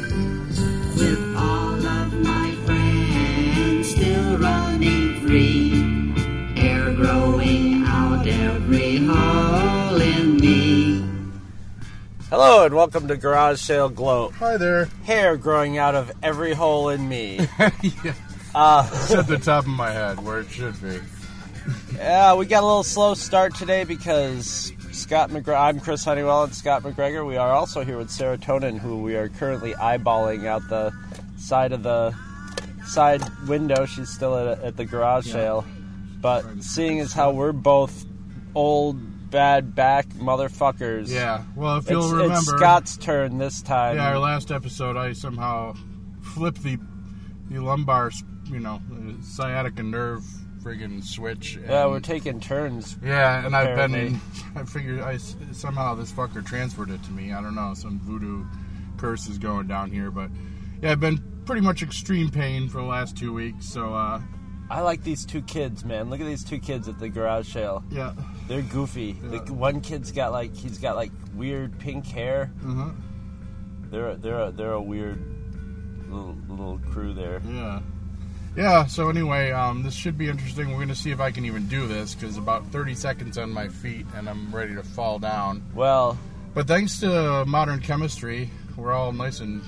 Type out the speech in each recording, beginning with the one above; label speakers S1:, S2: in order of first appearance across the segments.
S1: with all of my friends still running free, hair growing out every hole in me.
S2: Hello and welcome to Garage Sale Gloat.
S3: Hi there.
S2: Hair growing out of every hole in me.
S3: yeah. it's at the top of my head where it should be.
S2: yeah, we got a little slow start today because Scott McGregor. I'm Chris Honeywell and Scott McGregor. We are also here with Serotonin, who we are currently eyeballing out the side of the side window. She's still at, at the garage sale, but seeing as how we're both old, bad back motherfuckers.
S3: Yeah. Well, if you'll
S2: It's,
S3: remember,
S2: it's Scott's turn this time.
S3: yeah, our last episode, I somehow flipped the the lumbar, you know, sciatica nerve friggin' switch. And,
S2: yeah, we're taking turns.
S3: yeah, and I've been.
S2: Apparently.
S3: I figured I s- somehow this fucker transferred it to me. I don't know. Some voodoo curse is going down here, but yeah, I've been pretty much extreme pain for the last two weeks. So uh,
S2: I like these two kids, man. Look at these two kids at the garage sale.
S3: yeah.
S2: They're goofy. The, one kid's got like he's got like weird pink hair.
S3: Uh-huh.
S2: They're they're a, they're a weird little little crew there.
S3: Yeah. Yeah, so anyway, um, this should be interesting. We're going to see if I can even do this because about 30 seconds on my feet and I'm ready to fall down.
S2: Well,
S3: But thanks to modern chemistry, we're all nice and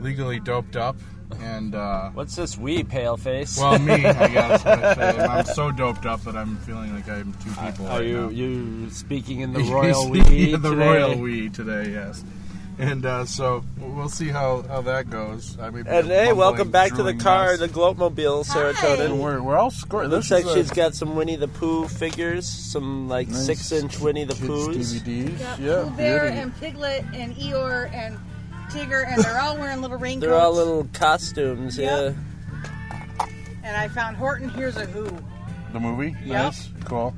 S3: legally doped up. And, uh,
S2: what's this we pale face?
S3: well, me, I guess. I should. I'm so doped up that I'm feeling like I'm two people.
S2: are
S3: right
S2: you
S3: now.
S2: you speaking in the
S3: Yeah,
S2: royal we?
S3: yeah, the
S2: today?
S3: royal we today, yes. And uh, so we'll see how, how that goes. I mean,
S2: And hey, welcome back to the car, the Gloatmobile, serotonin.
S3: We're, we're all
S2: It
S3: scoring.
S2: looks like she's got some Winnie the Pooh figures, some like six-inch Winnie the Poohs.
S3: DVDs.
S4: Yep.
S3: Yeah,
S4: Pooh Bear
S3: beauty.
S4: and Piglet and Eeyore and Tigger, and they're all wearing little raincoats.
S2: They're all little costumes,
S4: Yep.
S2: yeah.
S4: And I found Horton Here's a Who
S3: the movie. Nice, cool.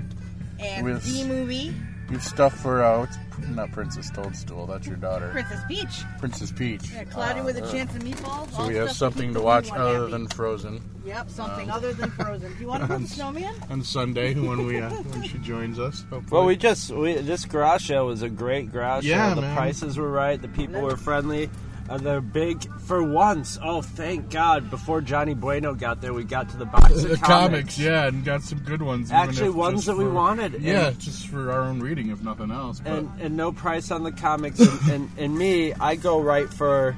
S4: and
S3: With-
S4: the movie
S3: You've stuffed for uh, what's, not Princess Toadstool. That's your daughter,
S4: Princess Peach.
S3: Princess Peach.
S4: Yeah, Cloudy with a Chance of Meatballs.
S3: Uh, So
S4: all
S3: we have
S4: stuff keep
S3: something to
S4: the
S3: watch
S4: little one
S3: other
S4: happy.
S3: than uh, Frozen
S4: Yep, something other than Frozen. Do you want to put the snowman?
S3: on Sunday when we uh, when she joins us. Hopefully. Uh,
S2: Well, we just we, this garage sale was a great garage
S3: Yeah,
S2: sale. The
S3: man.
S2: prices were right. The people were friendly. Uh, they're big for once. Oh, thank God! Before Johnny Bueno got there, we got to the box of
S3: the Uh, comics. yeah, and got some good ones. even
S2: Actually,
S3: if
S2: ones
S3: just
S2: that we
S3: for-
S2: wanted,
S3: Yeah,
S2: and-
S3: just for our own reading, if nothing else. But
S2: and and no price on the comics. and, and, and me, I go right for.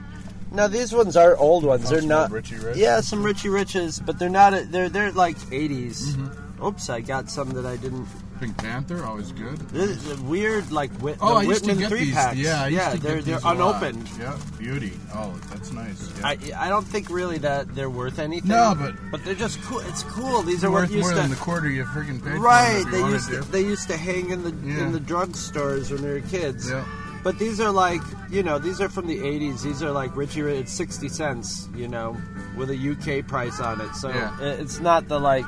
S2: Now these ones are old ones. They're
S3: some
S2: not
S3: old Richie Rich.
S2: Yeah, some Richie Riches, but they're not. A, they're they're like 80s
S3: Mm-hmm.
S2: Oops, I got some that I didn't.
S3: Pink Panther, always good.
S2: This is a weird, like Whit, the
S3: Oh, I used to
S2: Whitman
S3: get
S2: three
S3: these.
S2: packs.
S3: Yeah, I used
S2: yeah,
S3: to
S2: they're
S3: get
S2: they're
S3: these a lot.
S2: unopened.
S3: Yeah, beauty. Oh, that's nice. Yeah.
S2: I, I don't think really that they're worth anything.
S3: No, but-
S2: but they're just cool. It's cool. These are
S3: worth
S2: what used
S3: more
S2: to
S3: than the quarter you freaking paid.
S2: right.
S3: For
S2: They
S3: them if you
S2: used to,
S3: wanted
S2: they used to hang in the
S3: Yeah.
S2: in the drugstores when they were kids.
S3: Yeah.
S2: But these are like you know these are from the '80s. These are like Richie Rich. It's sixty cents, you know, with a UK price on it. So
S3: Yeah.
S2: i- it's not the like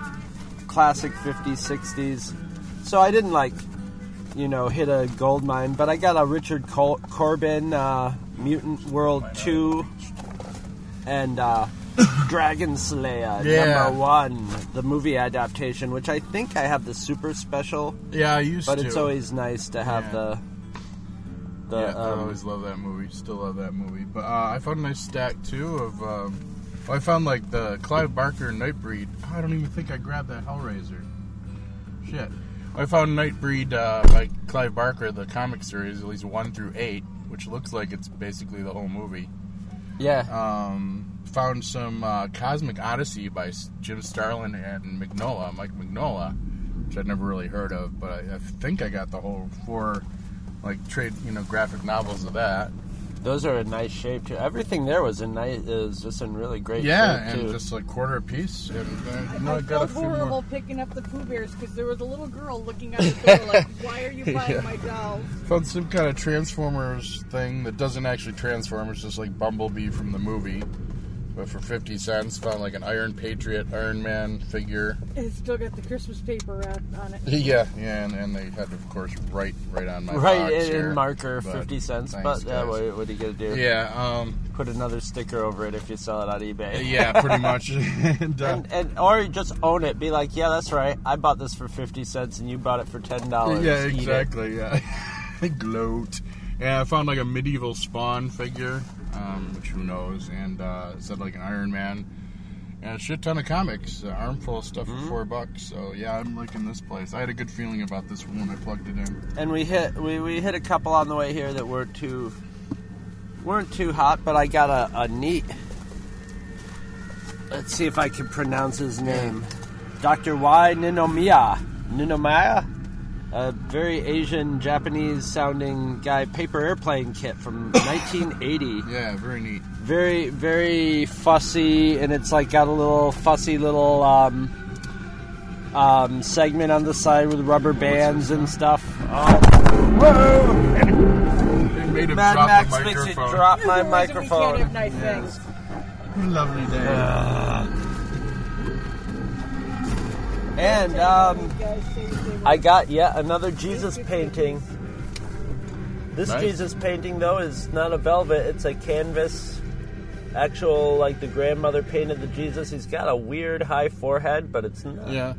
S2: classic '50s, '60s. So I didn't like you know hit a gold mine, but I got a Richard Col- Corbin uh, Mutant World Two and uh, Dragon Slayer
S3: Yeah.
S2: number one, the movie adaptation, which I think I have the super special,
S3: to. Yeah, I used
S2: but
S3: to.
S2: it's always nice to have
S3: Yeah.
S2: the the
S3: Yeah, I
S2: um,
S3: always love that movie. Still love that movie. But uh, I found a nice stack too of. Um, well, I found like the Clive Barker Nightbreed. Oh, I don't even think I grabbed that Hellraiser. Shit. I found Nightbreed uh, by Clive Barker, the comic series, at least one through eight, which looks like it's basically the whole movie.
S2: yeah.
S3: um, found some uh, Cosmic Odyssey by S- Jim Starlin and Magnola, Mike Magnola, which I'd never really heard of, but I, I think I got the whole four, like trade, you know, graphic novels of that.
S2: Those are in nice shape too. Everything there was in nice is just in really great
S3: Yeah,
S2: shape
S3: and
S2: too.
S3: just like quarter a piece. And, uh,
S4: I,
S3: you know, I
S4: I
S3: got a
S4: felt
S3: few
S4: horrible
S3: more.
S4: picking up the Pooh Bears because there was a little girl looking out the door like, why are you buying my dolls?
S3: Found some kind of Transformers thing that doesn't actually transform. It's just like Bumblebee from the movie. But for 50 cents, found like an Iron Patriot, Iron Man figure.
S4: It's still got the Christmas paper wrap on it.
S3: Yeah. Yeah, and, and they had, of course, right right on my
S2: Right
S3: box
S2: in,
S3: here.
S2: in marker,
S3: But
S2: fifty cents.
S3: thanks,
S2: but yeah,
S3: guys.
S2: what, what are you gonna do?
S3: Yeah, um,
S2: Put another sticker over it if you sell it on eBay.
S3: yeah, pretty much. and, uh,
S2: And, and or you just own it. Be like, yeah, that's right. I bought this for fifty cents, and you bought it for ten dollars.
S3: Yeah, exactly. Yeah, gloat. Yeah, I found like a medieval Spawn figure, um, which who knows, and uh, it said like an Iron Man, and a shit ton of comics, uh, armful of stuff
S2: Mm-hmm.
S3: for four bucks. So yeah, I'm liking this place. I had a good feeling about this one when I plugged it in.
S2: And we hit we, we hit a couple on the way here that weren't too weren't too hot, but I got a, a neat. Let's see if I can pronounce his name, Dr. Y Ninomiya Ninomiya, a very Asian Japanese sounding guy paper airplane kit from 1980
S3: Yeah, very neat.
S2: very very fussy and it's like got a little fussy little um, um, segment on the side with rubber bands and stuff oh. whoa
S3: It made him
S2: mad
S3: drop
S2: max
S3: the
S2: makes it
S3: microphone.
S2: drop my
S4: Otherwise, We can't have
S2: microphone
S4: nice things.
S3: Lovely day.
S2: and um,
S4: These guys say that they were-
S2: i got yet another jesus painting this
S3: Nice.
S2: jesus painting though is not a velvet it's a canvas actual like the grandmother painted the jesus he's got a weird high forehead but it's not
S3: Yeah,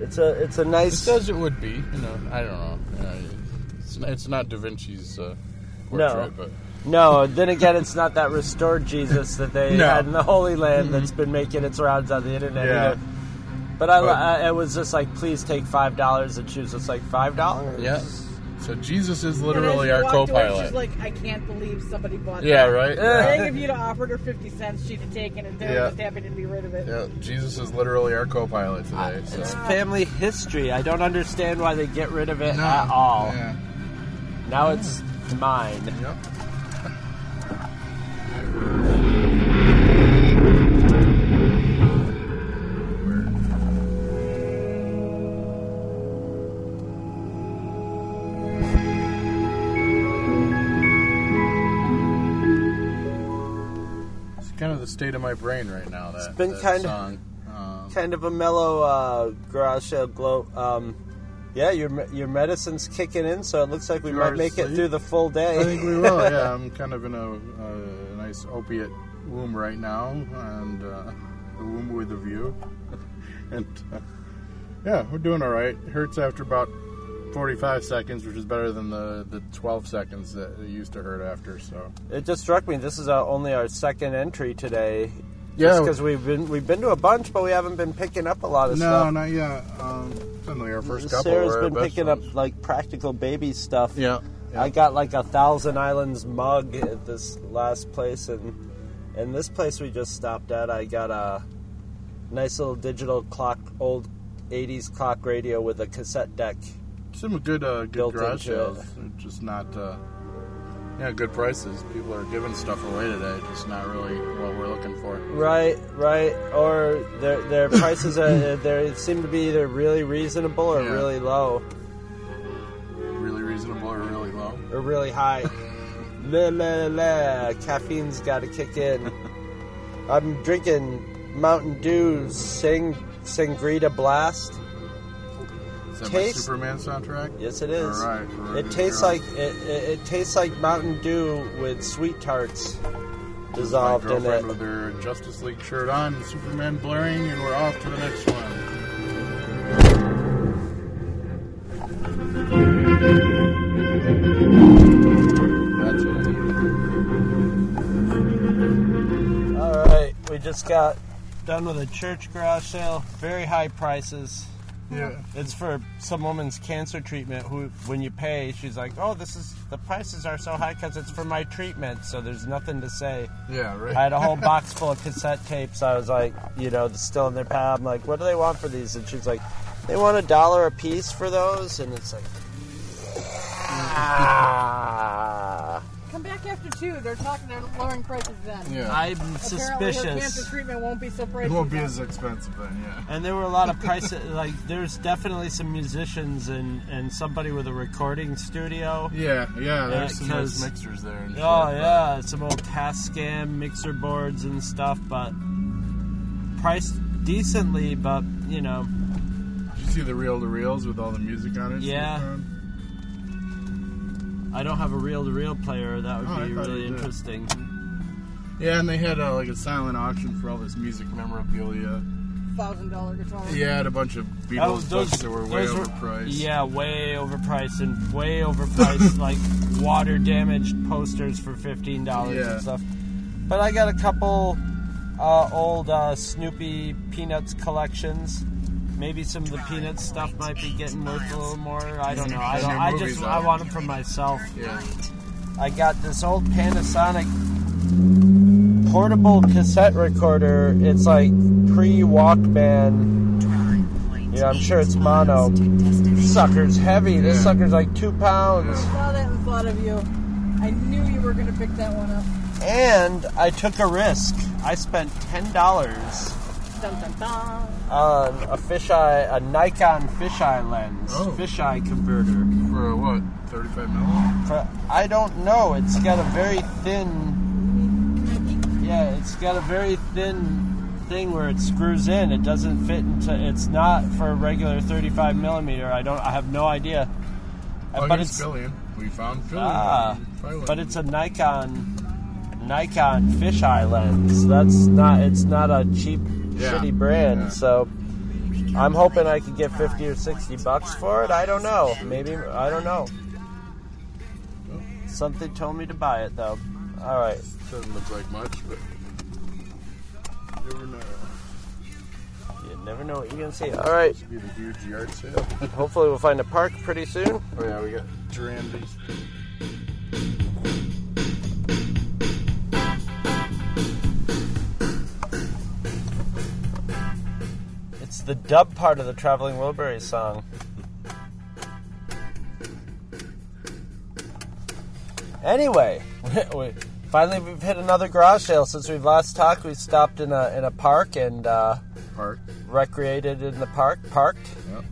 S2: it's a it's a
S3: it
S2: nice
S3: says it would be. You know, I don't know. Uh, it's, not, it's not Da Vinci's uh, portrait, but
S2: No, then again, it's not that restored Jesus that they
S3: No. Mm-hmm.
S2: had in the Holy Land that's been making its rounds on the internet.
S3: Yeah.
S2: Either. But I,
S3: But-
S2: I, it was just like, please take five dollars, and she was just like five dollars.
S3: yeah. So Jesus is
S4: And as
S3: literally
S4: she
S3: our
S4: walked away,
S3: co-pilot.
S4: She's like, I can't believe somebody bought
S3: Yeah,
S4: that.
S3: right.
S2: Yeah.
S4: I think if you'd have offered her 50 cents, she'd have taken it. They were
S3: Yeah.
S4: just happy to be rid of it.
S3: Yeah, Jesus is literally our co-pilot
S4: Ah,
S3: today. So.
S2: It's family history. I don't understand why they get rid of it at all.
S3: Yeah.
S2: Now it's mine.
S3: Yep. It's Kind of the state of my brain right now. That,
S2: It's been
S3: that
S2: kinda-
S3: song. Um,
S2: Kind of a mellow uh, garage sale glow. Um, yeah, your me- your medicine's kicking in, so it looks like we
S3: You
S2: might
S3: are
S2: make it
S3: asleep?
S2: through the full day.
S3: I think we will. Yeah, I'm kind of in a, uh nice opiate womb right now, and uh, a womb with a view. and uh, yeah, we're doing all right. Hurts after about 45 seconds, which is better than the, the 12 seconds that it used to hurt after. So
S2: It just struck me. This is our, only our second entry today.
S3: Yeah.
S2: because we've been we've been to a bunch, but we haven't been picking up a lot of
S3: no,
S2: stuff.
S3: not yet. Um, it's only our first couple.
S2: Sarah's
S3: were our
S2: been
S3: best
S2: picking
S3: ones.
S2: up like practical baby stuff.
S3: Yeah.
S2: I got like a Thousand Islands mug at this last place, and and this place we just stopped at, I got a nice little digital clock, old '80s clock radio with a cassette deck.
S3: Some good, uh, good
S2: Built
S3: garage
S2: into it.
S3: sales, just not uh, yeah, good prices. People are giving stuff away today, just not really what we're looking for.
S2: Right, right. Or their their prices are they seem to be either really reasonable or
S3: Yeah.
S2: really low.
S3: really reasonable or really low.
S2: are really high. la la la la, caffeine's got to kick in. I'm drinking Mountain Dew Sing Sangrita Blast.
S3: Is that
S2: Taste-
S3: my Superman soundtrack?
S2: Yes, it is.
S3: All right, we're
S2: it
S3: good
S2: tastes
S3: to go.
S2: like it, it, it tastes like Mountain Dew with sweet tarts dissolved
S3: my
S2: in
S3: girlfriend
S2: it.
S3: with her Justice League shirt on, Superman blaring, and we're off to the next one. That's what I need.
S2: All right, we just got done with a church garage sale. Very high prices.
S3: Yeah.
S2: It's for some woman's cancer treatment. Who, when you pay, she's like, "Oh, this is the prices are so high because it's for my treatment." So there's nothing to say.
S3: Yeah, right.
S2: I had a whole box full of cassette tapes. I was like, you know, still in their pad. I'm like, what do they want for these? And she's like, they want a dollar a piece for those. And it's like, ah.
S4: Come back after two. They're talking. They're lowering prices then.
S3: yeah.
S2: I'm
S4: Apparently, her cancer
S2: suspicious.
S4: treatment won't be so pricey.
S3: it won't be
S4: then.
S3: as expensive then, yeah.
S2: And there were a lot of prices. Like, there's definitely some musicians and, and somebody with a recording studio.
S3: Yeah, yeah, there's some nice
S2: 'cause-
S3: mixers there. And
S2: Oh yeah, some old Tascam mixer boards and stuff, but priced decently, but you know,
S3: Did you see the reel to reels with all the music on it?
S2: Yeah. I don't have a reel-to-reel player. That would
S3: Oh, I
S2: be
S3: thought
S2: really
S3: you did.
S2: interesting.
S3: Yeah, and they had uh, like a silent auction for all this music memorabilia.
S4: Thousand dollar guitar.
S3: Yeah, had a bunch of Beatles
S2: Oh,
S3: books that were way
S2: those were-
S3: overpriced.
S2: yeah, way overpriced and way overpriced, like water damaged posters for fifteen dollars
S3: Yeah.
S2: and stuff. But I got a couple uh, old uh, Snoopy Peanuts collections. Maybe some of the Peanuts stuff might be getting worth a little more. I don't know. I, don't,
S3: New
S2: I
S3: movies
S2: just
S3: out.
S2: I want them for myself.
S3: Yeah.
S2: I got this old Panasonic portable cassette recorder. It's like pre Walkman. Yeah, I'm sure it's mono. Sucker's heavy. This
S3: Yeah.
S2: sucker's like two pounds.
S4: Saw that and thought of you. I knew you were gonna pick that one up.
S2: And I took a risk. I spent ten dollars
S4: Dun dun dun.
S2: on a fisheye, a Nikon fisheye lens,
S3: Oh.
S2: fisheye converter.
S3: For uh, what? Thirty-five mil.
S2: For- I don't know. It's got a very thin Yeah, it's got a very thin thing where it screws in. It doesn't fit into. It's not for a regular 35 millimeter. I don't. I have no idea. Uh,
S3: Oh,
S2: but
S3: here's
S2: it's
S3: Fillion. We found Fillion.
S2: ah,
S3: Fillion.
S2: but it's a Nikon Nikon fisheye lens. That's not. It's not a cheap
S3: Yeah.
S2: shitty brand.
S3: Yeah.
S2: So I'm hoping I could get 50 or 60 bucks for it. I don't know. Maybe I don't know. Something told me to buy it though. All right.
S3: doesn't look like much, but never know.
S2: You never know what you're gonna see. All right.
S3: Should be the huge yard sale.
S2: Hopefully, we'll find a park pretty soon.
S3: Oh yeah, we got Durandy.
S2: It's the dub part of the Traveling Wilburys song. Anyway, we, we, finally we've hit another garage sale since we've last talked. We stopped in a in a park and uh,
S3: Park.
S2: recreated in the park, parked,
S3: Yep.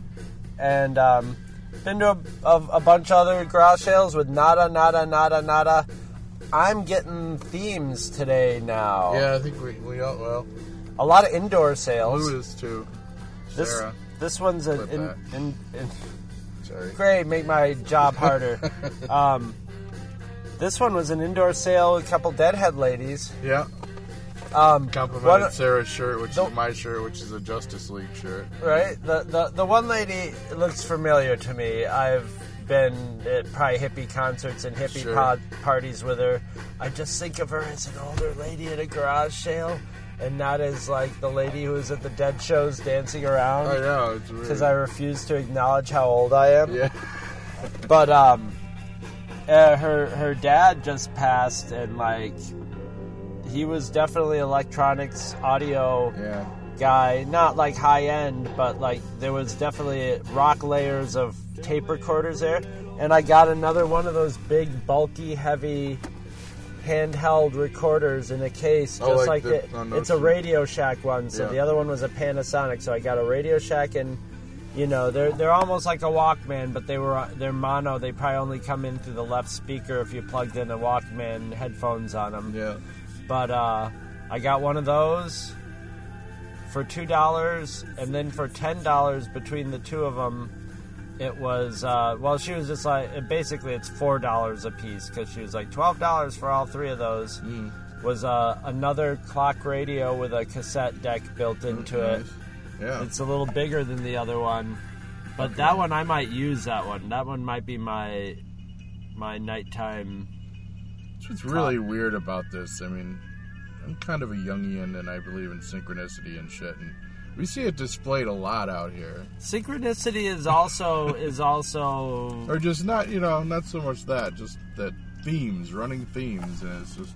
S2: and um, been to a, of a bunch of other garage sales with nada, nada, nada, nada. I'm getting themes today now.
S3: Yeah, I think we we all well.
S2: A lot of indoor sales.
S3: Blue is too.
S2: This
S3: Sarah.
S2: this one's an
S3: Flip
S2: in,
S3: that.
S2: in, in,
S3: Sorry.
S2: great make my job harder. um, this one was an indoor sale. A couple deadhead ladies.
S3: Yeah.
S2: Um,
S3: Complimented
S2: one-
S3: Sarah's shirt, which
S2: Nope.
S3: is my shirt, which is a Justice League shirt.
S2: right? The, the the one lady looks familiar to me. I've been at probably hippie concerts and hippie
S3: Sure.
S2: pod parties with her. I just think of her as an older lady at a garage sale, and not as like the lady who was at the dead shows dancing
S3: I
S2: around.
S3: know it's weird.
S2: Because I refuse to acknowledge how old I am.
S3: Oh, yeah.
S2: But um, uh, her her dad just passed, and like he was definitely electronics audio
S3: Yeah.
S2: guy, not like high end, but like there was definitely rock layers of tape recorders there. And I got another one of those big, bulky, heavy handheld recorders in a case, just
S3: Oh, like
S2: like,
S3: the-
S2: it.
S3: oh, no,
S2: it's a
S3: sure.
S2: Radio Shack one. So
S3: Yeah.
S2: the other one was a Panasonic. So I got a Radio Shack, and you know they're they're almost like a Walkman, but they were they're mono. They probably only come in through the left speaker if you plugged in a Walkman headphones on them
S3: Yeah.
S2: but uh, I got one of those for two dollars, and then for ten dollars between the two of them, it was uh, well, she was just like it- basically it's four dollars a piece because she was like twelve dollars for all three of those. Was uh, another clock radio with a cassette deck built into it.
S3: Nice. Yeah.
S2: It's a little bigger than the other one, but that one I might use. That one, that one might be my my nighttime.
S3: It's What's really weird about this, I mean, I'm kind of a Jungian and I believe in synchronicity and shit, and we see it displayed a lot out here.
S2: Synchronicity is also is also
S3: Or just not, you know, not so much that, just that themes, running themes, and it's just,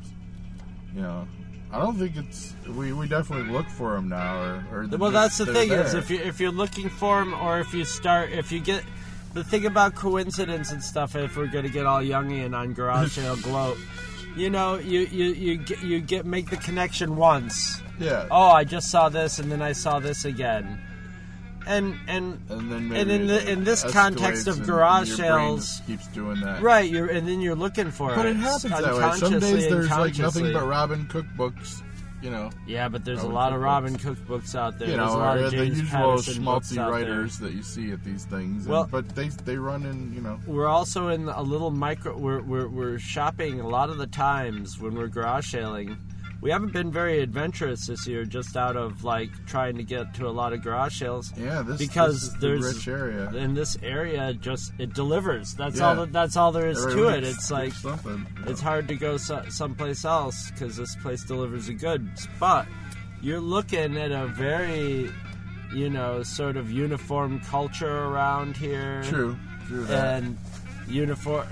S3: you know, I don't think it's, we, we definitely look for them now, or, or
S2: Well, that's the
S3: they're
S2: thing is
S3: there.
S2: if you if you're looking for them or if you start if you get the thing about coincidence and stuff. If we're gonna get all Jungian on garage sale gloat, you know, you you you get you get make the connection once.
S3: yeah,
S2: Oh, I just saw this and then I saw this again, and and
S3: and then
S2: and
S3: maybe
S2: in the-
S3: it
S2: in this
S3: escalates
S2: context of
S3: and
S2: garage
S3: your brain
S2: sales-
S3: just keeps doing that,
S2: right, you're and then you're looking for it.
S3: But it happens that way. Some
S2: unconsciously
S3: days
S2: and
S3: there's like nothing
S2: consciously.
S3: but Robin cookbooks you know,
S2: Yeah, but there's a
S3: Robin
S2: lot of
S3: cookbooks.
S2: Robin cookbooks out there.
S3: you
S2: there's
S3: know,
S2: a lot
S3: are
S2: of
S3: the
S2: James
S3: usual
S2: Patterson books
S3: schmaltzy
S2: out there.
S3: writers that you see at these things. and-
S2: Well-
S3: but they they run in, you know,
S2: We're also in a little micro. We're, we're we're shopping a lot of the times when we're garage sailing. We haven't been very adventurous this year, just out of like trying to get to a lot of garage sales.
S3: yeah, this
S2: Because
S3: this is the
S2: there's-
S3: rich area.
S2: In this area, just it delivers. That's
S3: Yeah.
S2: all. That, that's all there is to
S3: Everybody
S2: it.
S3: keeps-
S2: It's like
S3: keeps something. you
S2: it's
S3: know.
S2: hard to go so- someplace else because this place delivers the goods. But you're looking at a very, you know, sort of uniform culture around here.
S3: True, true. that.
S2: And uniform,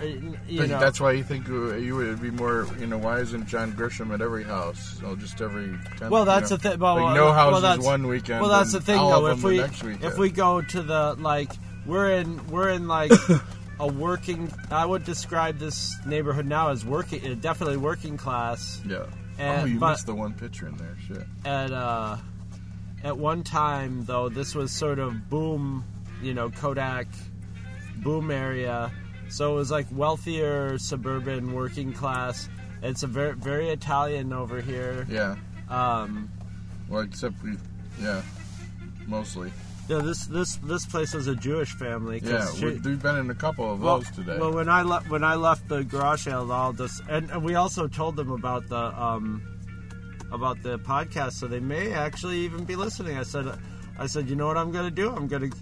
S2: you
S3: think
S2: know.
S3: that's why you think you you would be more, you know, why isn't John Grisham at every house? Well, just every. Tenth,
S2: Well, that's
S3: you
S2: the
S3: know?
S2: thing. Well,
S3: like,
S2: well,
S3: no
S2: well,
S3: houses
S2: that's-
S3: one weekend.
S2: Well, that's the
S3: and
S2: thing,
S3: all of
S2: though.
S3: them
S2: If
S3: the
S2: we
S3: next weekend.
S2: if we go to the like, we're in we're in like a working. I would describe this neighborhood now as working, uh, definitely working class.
S3: yeah.
S2: and-
S3: oh, you
S2: Eh, but-
S3: missed the one picture in there. Shit.
S2: At uh, at one time though, this was sort of boom, you know, Kodak boom area. So it was like wealthier suburban working class. It's a very very Italian over here.
S3: Yeah.
S2: Um,
S3: Well, except we, yeah, mostly.
S2: Yeah, this this this place is a Jewish family. 'cause
S3: Yeah,
S2: she-
S3: we, we've been in a couple of
S2: well,
S3: those today.
S2: well, when I left when I left the garage sale, all this, and, and we also told them about the um, about the podcast, so they may actually even be listening. I said, I said, you know what I'm going to do? I'm going to.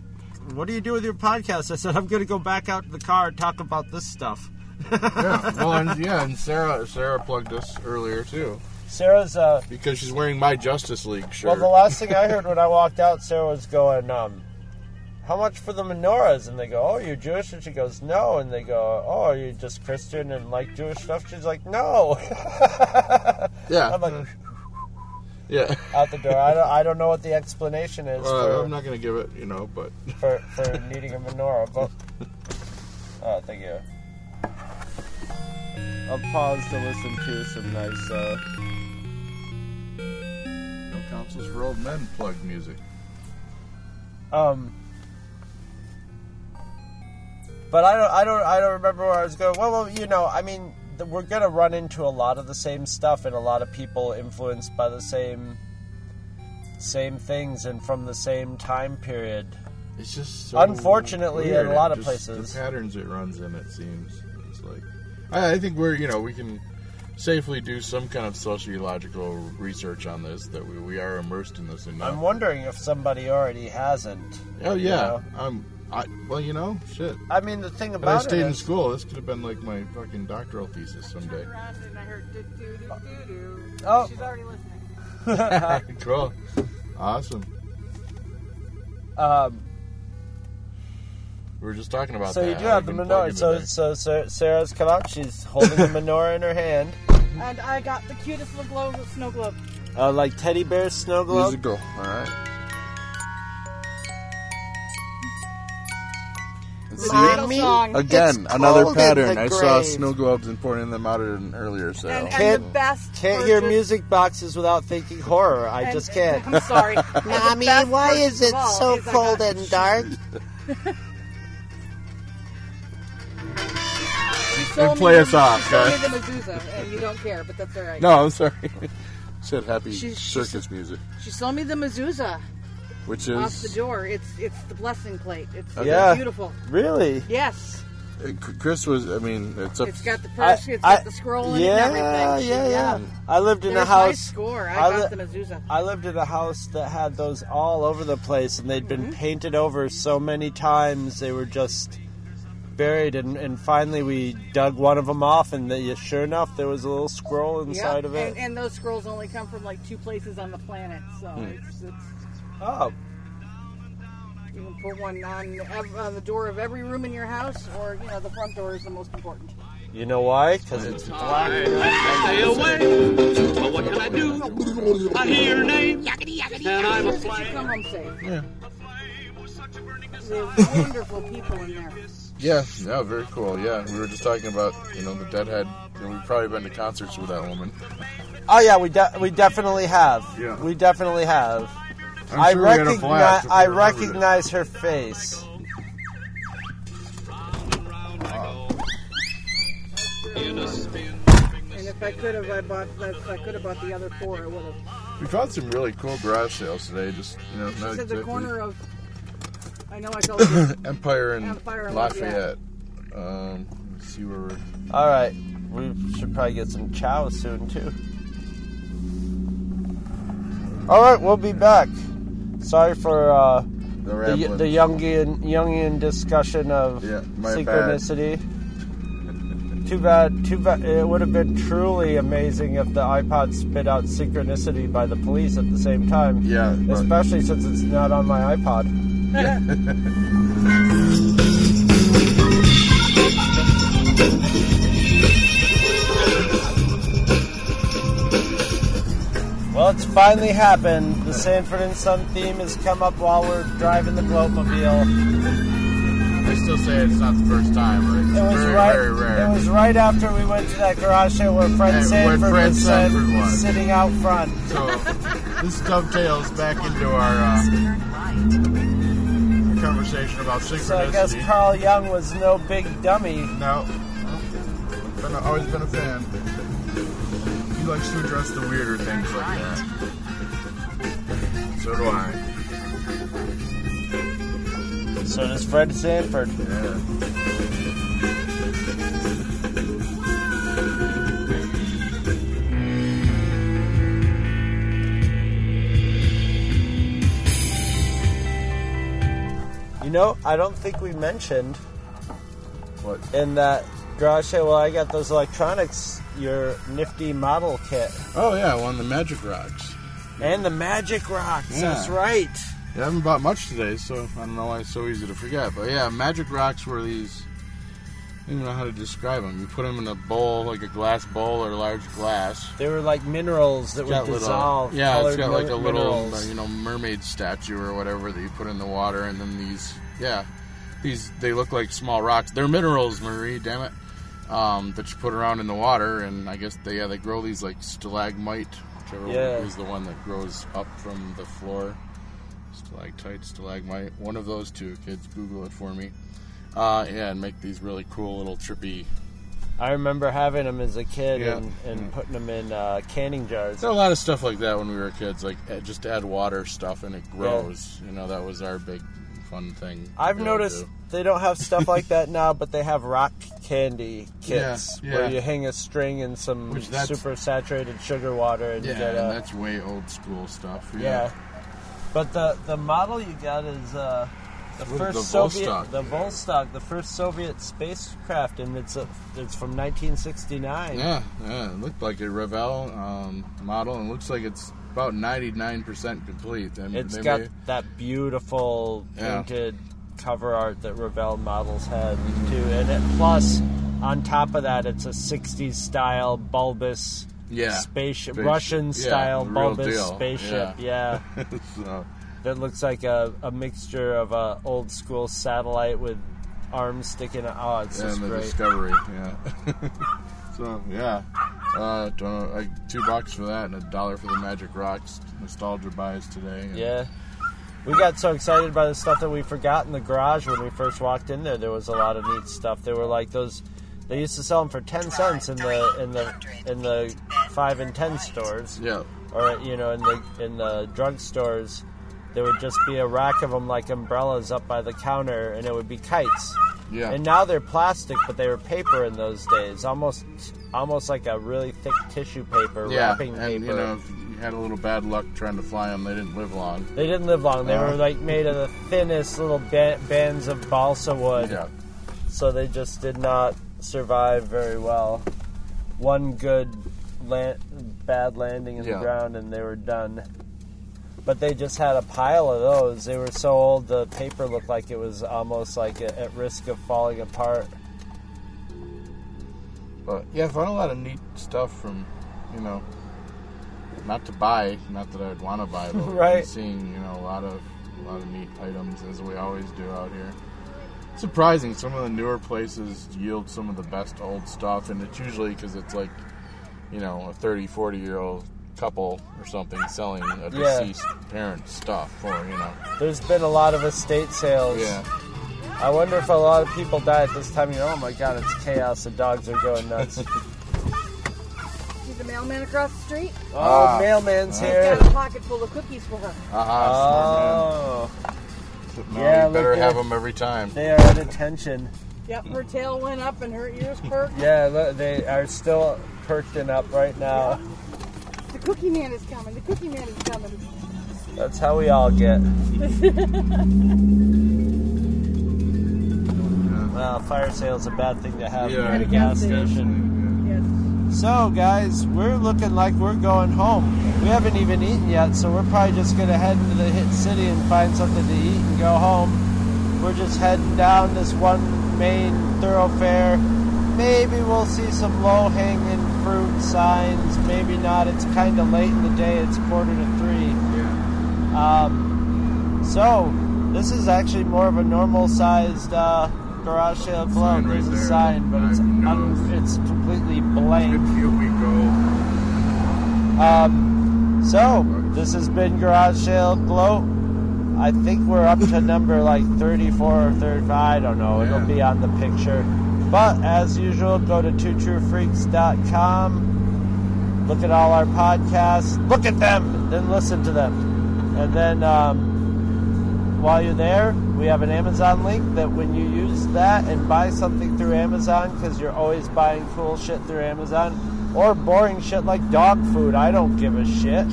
S2: What do you do with your podcast? I said I'm going to go back out to the car and talk about this stuff.
S3: yeah, well, and, yeah, and Sarah Sarah plugged us earlier too
S2: Sarah's uh,
S3: because she's wearing my Justice League shirt.
S2: well, the last thing I heard when I walked out, Sarah was going, um, "How much for the menorahs?" And they go, "Oh, you're Jewish," and she goes, "No," and they go, "Oh, are you just Christian and like Jewish stuff?" She's like, "No."
S3: yeah,
S2: I'm like
S3: yeah.
S2: out the door. I don't, I don't know what the explanation is
S3: Well,
S2: for,
S3: I'm not gonna give it, you know, but
S2: for for needing a menorah, but oh, thank you.
S5: I'll pause to listen to some nice. Uh,
S3: no councils for old men plug music.
S2: Um, but I don't, I don't, I don't remember where I was going. Well, well, you know, I mean, th- we're gonna run into a lot of the same stuff, and a lot of people influenced by the same, same things, and from the same time period.
S3: It's just so
S2: Unfortunately,
S3: weird.
S2: in a lot
S3: It
S2: of
S3: just-
S2: places.
S3: the patterns it runs in. It seems it's like I, I think we're you know we can safely do some kind of sociological research on this that we, we are immersed in this enough.
S2: I'm wondering if somebody already hasn't.
S3: oh
S2: you
S3: yeah,
S2: know?
S3: I'm I well you know shit.
S2: I mean, the thing
S3: Had I
S2: about it
S3: stayed in
S2: is,
S3: school, this could have been like my fucking doctoral thesis someday.
S4: Turned around and I heard do do do do do.
S2: Oh.
S4: She's already listening.
S3: cool, awesome.
S2: um,
S3: We were just talking about
S2: so
S3: that.
S2: you do
S3: how
S2: have the
S3: we've been
S2: menorah.
S3: plugging
S2: So,
S3: today.
S2: so Sa- Sarah's come out. She's holding a menorah in her hand,
S4: And I got the cutest little globe, snow globe.
S2: uh, like teddy bear snow globe.
S3: musical. All right.
S4: Little song.
S3: Again,
S2: It's
S3: another
S2: cold in
S3: pattern.
S2: the
S3: I saw
S2: grave.
S3: snow globes and pointing them out at an earlier sale.
S4: and,
S2: Can't-
S4: and the best.
S2: Can't hear
S4: purchase-
S2: music boxes without thinking horror. I
S4: and-
S2: just can't.
S4: I'm sorry. Mommy, why is it so cold and dark?
S3: And play us off, guys.
S4: the mezuzah, and you don't care, but that's all right.
S3: no, I'm sorry. Said happy
S4: She- she
S3: circus music,
S4: She sold me the mezuzah
S3: which
S4: off the
S3: is
S4: door. It's it's the blessing plate. It's
S3: Okay.
S2: Yeah.
S4: beautiful.
S2: Really?
S4: Yes,
S3: uh, Chris was. I mean, it's up.
S4: it's got the
S2: I-
S4: purse, it's
S2: I-
S4: got the scroll in it and
S2: yeah, yeah,
S4: everything.
S2: yeah, I lived in
S4: There's
S2: a
S4: my
S2: house.
S4: score. I,
S2: I
S4: got
S2: li-
S4: the mezuzah.
S2: I lived in a house that had those all over the place, and they'd been
S4: Mm-hmm.
S2: painted over so many times they were just buried. And, and finally, we dug one of them off, and they, sure enough, there was a little scroll inside
S4: yeah.
S2: of it.
S4: And, and those scrolls only come from like two places on the planet, so
S3: Hmm.
S4: it's, it's
S2: oh,
S4: you can put one on, ev- on the door of every room in your house, or you know the front door is the most important.
S2: you know why? Because it's black.
S6: stay away. But what can I do? I hear your name, and I'm a
S4: You
S6: flame.
S4: come home safe.
S3: yeah,
S4: They're wonderful people in there.
S3: yeah, yeah, very cool. Yeah, we were just talking about you know the Deadhead. And we've probably been to concerts with that woman.
S2: Oh yeah, we de- we definitely have.
S3: Yeah.
S2: We definitely have.
S3: I'm
S2: I
S3: sure we had a
S2: recognize
S3: blast if we
S2: I
S3: remembered it.
S2: recognize her face.
S6: In a spin.
S4: And if If I could have, I bought. If I could have bought the other four, I would have.
S3: We found some really cool garage sales today. Just you know, not
S4: It's at
S3: exactly-
S4: the corner of. I know I told you.
S3: Empire and
S4: Empire and
S3: Lafayette. Um, let's see where we're.
S2: All right, we should probably get some chow soon too. All right, we'll be back. Sorry for uh,
S3: The
S2: the,
S3: rambling.
S2: the Jungian Jungian discussion of
S3: Yeah, my bad.
S2: synchronicity. Too bad. Too bad. It would have been truly amazing if the iPod spit out synchronicity by the police at the same time.
S3: Yeah, but-
S2: Especially since it's not on my iPod. Well, it's finally happened. The Sanford and Son theme has come up while we're driving the Globemobile.
S3: I still say it's not the first time, right? It's
S2: It was
S3: very,
S2: right.
S3: very rare.
S2: It was right after we went to that garage sale where Fred
S3: Yeah, where
S2: Sanford
S3: Fred
S2: was uh,
S3: Sanford was.
S2: sitting out front.
S3: So this dovetails back into our
S7: Turn right.
S3: uh, conversation about synchronicity.
S2: So I guess Carl Young was no big dummy.
S3: no, been a, always been a fan. He likes to address the weirder things like that. So do I.
S2: So does Fred Sanford.
S3: Yeah.
S2: You know, I don't think we mentioned
S3: What?
S2: in that garage sale. Well, I got those electronics. Your nifty model kit
S3: Oh yeah, I won the Magic Rocks.
S2: and the magic rocks.
S3: Yeah.
S2: That's right.
S3: Yeah, I haven't bought much today, so I don't know why it's so easy to forget. But yeah, magic rocks were these. I don't even know how to describe them. You put them in a bowl, like a glass bowl or large glass.
S2: They were like minerals that would
S3: little-
S2: dissolve.
S3: yeah, it's
S2: colored
S3: got like
S2: min-
S3: a little,
S2: minerals.
S3: you know, mermaid statue or whatever that you put in the water, and then these, yeah, these they look like small rocks. They're minerals, Marie. Damn it, um, that you put around in the water, and I guess they yeah they grow these like stalagmite, whichever
S2: Yeah.
S3: one is the one that grows up from the floor. Stalactite, stalagmite, one of those two. Kids, Google it for me. Uh, yeah, and make these really cool little trippy.
S2: I remember having them as a kid
S3: Yeah.
S2: and, and putting them in uh, canning jars.
S3: There are a lot of stuff like that when we were kids, like eh, just add water stuff and it grows. You know, that was our big fun thing. to
S2: I've
S3: be able to
S2: noticed
S3: do.
S2: they don't have stuff like that now, but they have rock candy kits
S3: Yeah,
S2: where
S3: yeah.
S2: you hang a string in some
S3: Which that's-
S2: super saturated sugar water and
S3: Yeah,
S2: you get
S3: and
S2: a
S3: that's way old school stuff. Yeah.
S2: yeah. But the the model you got is uh, the
S3: With
S2: first
S3: the
S2: Soviet
S3: Vostok.
S2: the Vostok, the first Soviet spacecraft, and it's a, it's from 1969.
S3: Yeah, yeah, It looked like a Revell um, model and looks like it's about 99% complete. And
S2: It's
S3: they
S2: got
S3: may-
S2: that beautiful
S3: Yeah.
S2: painted cover art that Ravel models had too, and it plus on top of that, it's a '60s style bulbous
S3: Yeah.
S2: spaceship,
S3: Space-
S2: Russian
S3: yeah,
S2: style
S3: the real
S2: bulbous
S3: deal.
S2: spaceship, yeah,
S3: so,
S2: that looks like a, a mixture of a old school satellite with arms sticking out. Oh, it's
S3: and
S2: just
S3: the
S2: great.
S3: Discovery, yeah. so, yeah. Uh, don't know, like two bucks for that and a dollar for the Magic Rocks nostalgia buys today. and-
S2: Yeah. We got so excited by the stuff that we forgot in the garage when we first walked in there. There was a lot of neat stuff. They were like those. They used to sell them for ten cents in the in the in the five and ten stores,
S3: Yeah.
S2: or you know, in the in the drugstores. There would just be a rack of them like umbrellas up by the counter, and it would be kites.
S3: Yeah.
S2: And now they're plastic, but they were paper in those days, almost almost like a really thick tissue paper wrapping
S3: and,
S2: paper.
S3: You know, if you had a little bad luck trying to fly them. They didn't live long.
S2: They didn't live long. They
S3: Uh-huh.
S2: were like made of the thinnest little ba- bands of balsa wood,
S3: Yeah,
S2: so they just did not survive very well. One good land, bad landing in
S3: Yeah.
S2: the ground, and they were done. But they just had a pile of those. They were so old, the paper looked like it was almost like a, at risk of falling apart.
S3: but yeah, I found a lot of neat stuff from, you know, not to buy, not that I'd want to buy, but
S2: Right.
S3: seeing you know a lot of a lot of neat items as we always do out here. Surprising, some of the newer places yield some of the best old stuff, and it's usually because it's like, you know, a 30, 40 year old couple or something selling
S2: Yeah.
S3: a deceased parent's stuff for you know.
S2: There's been a lot of estate sales.
S3: Yeah.
S2: I wonder if a lot of people die at this time. You know, oh my god, it's chaos. The dogs are going nuts.
S4: the mailman across the street.
S2: Oh,
S3: Ah.
S2: mailman's here.
S4: Got a pocket full of cookies for her.
S3: Aha,
S2: Oh,
S3: smart man.
S2: yeah,
S3: Yeah,
S2: look
S3: better
S2: at-
S3: have them every time.
S2: they are at attention.
S4: Yep, her tail went up and her ears perked.
S2: Yeah, look, they are still perked and up right now.
S4: The cookie man is coming. The cookie man is coming.
S2: That's how we all get. well, fire sale's a bad thing to have
S3: Yeah,
S2: at a gas station.
S4: Yes.
S2: So, guys, we're looking like we're going home. We haven't even eaten yet, so we're probably just gonna head into the hit city and find something to eat and go home. We're just heading down this one main thoroughfare. Maybe we'll see some low hanging fruit signs, maybe not. It's kind of late in the day, it's quarter to three.
S3: Yeah.
S2: Um, so, this is actually more of a normal sized uh, garage sale
S3: Sign
S2: cologne.
S3: right
S2: There's a
S3: there.
S2: sign, but it's,
S3: I've
S2: un-
S3: noticed.
S2: it's completely
S3: Good
S2: blank.
S3: view we go.
S2: Um, so, this has been Garage Sale Gloat. I think we're up to number like 34 or 35. I don't know. It'll
S3: Yeah.
S2: be on the picture. But as usual, go to twotruefreaks.com. Look at all our podcasts. Look at them, then listen to them. And then um, while you're there, we have an Amazon link that when you use that and buy something through Amazon, because you're always buying cool shit through Amazon, or boring shit like dog food, I don't give a shit.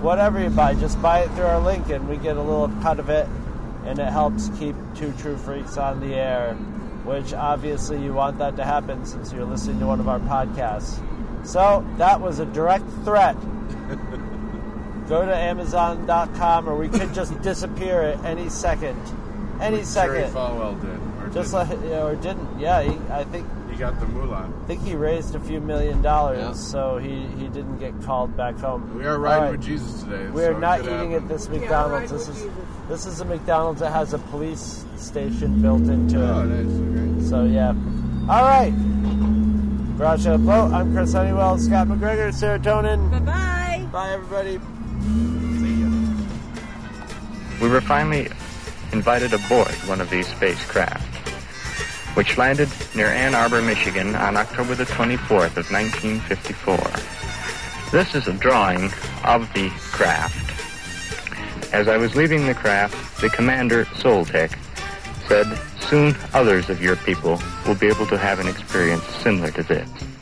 S2: Whatever you buy, just buy it through our link and we get a little cut of it, and it helps keep Two True Freaks on the air, which obviously you want that to happen since you're listening to one of our podcasts. So that was a direct threat go to Amazon.com, or we could just disappear at any second. Any
S3: Jerry
S2: second.
S3: Falwell did. Or
S2: Just
S3: did.
S2: like or didn't. Yeah, he, I think
S3: He got the moolah.
S2: think he raised a few million dollars,
S3: Yeah.
S2: so he, he didn't get called back home.
S3: We are
S2: All
S3: riding
S2: right.
S3: with Jesus today.
S2: We
S3: so
S2: are
S3: it
S2: not
S3: could
S2: eating
S3: happen.
S2: at this
S4: Yeah,
S2: McDonald's.
S4: ride
S2: This
S4: with
S2: is
S4: Jesus.
S2: this is a McDonald's that has a police station built into
S3: Oh,
S2: it.
S3: nice.
S2: So yeah. All right. Garage Sale Blow. I'm Chris Honeywell, Scott McGregor, Serotonin.
S4: Bye bye.
S2: Bye everybody.
S8: we were finally invited aboard one of these spacecraft, which landed near Ann Arbor, Michigan on October the 24th of 1954. This is a drawing of the craft. As I was leaving the craft, the commander, Soltec, said, Soon others of your people will be able to have an experience similar to this.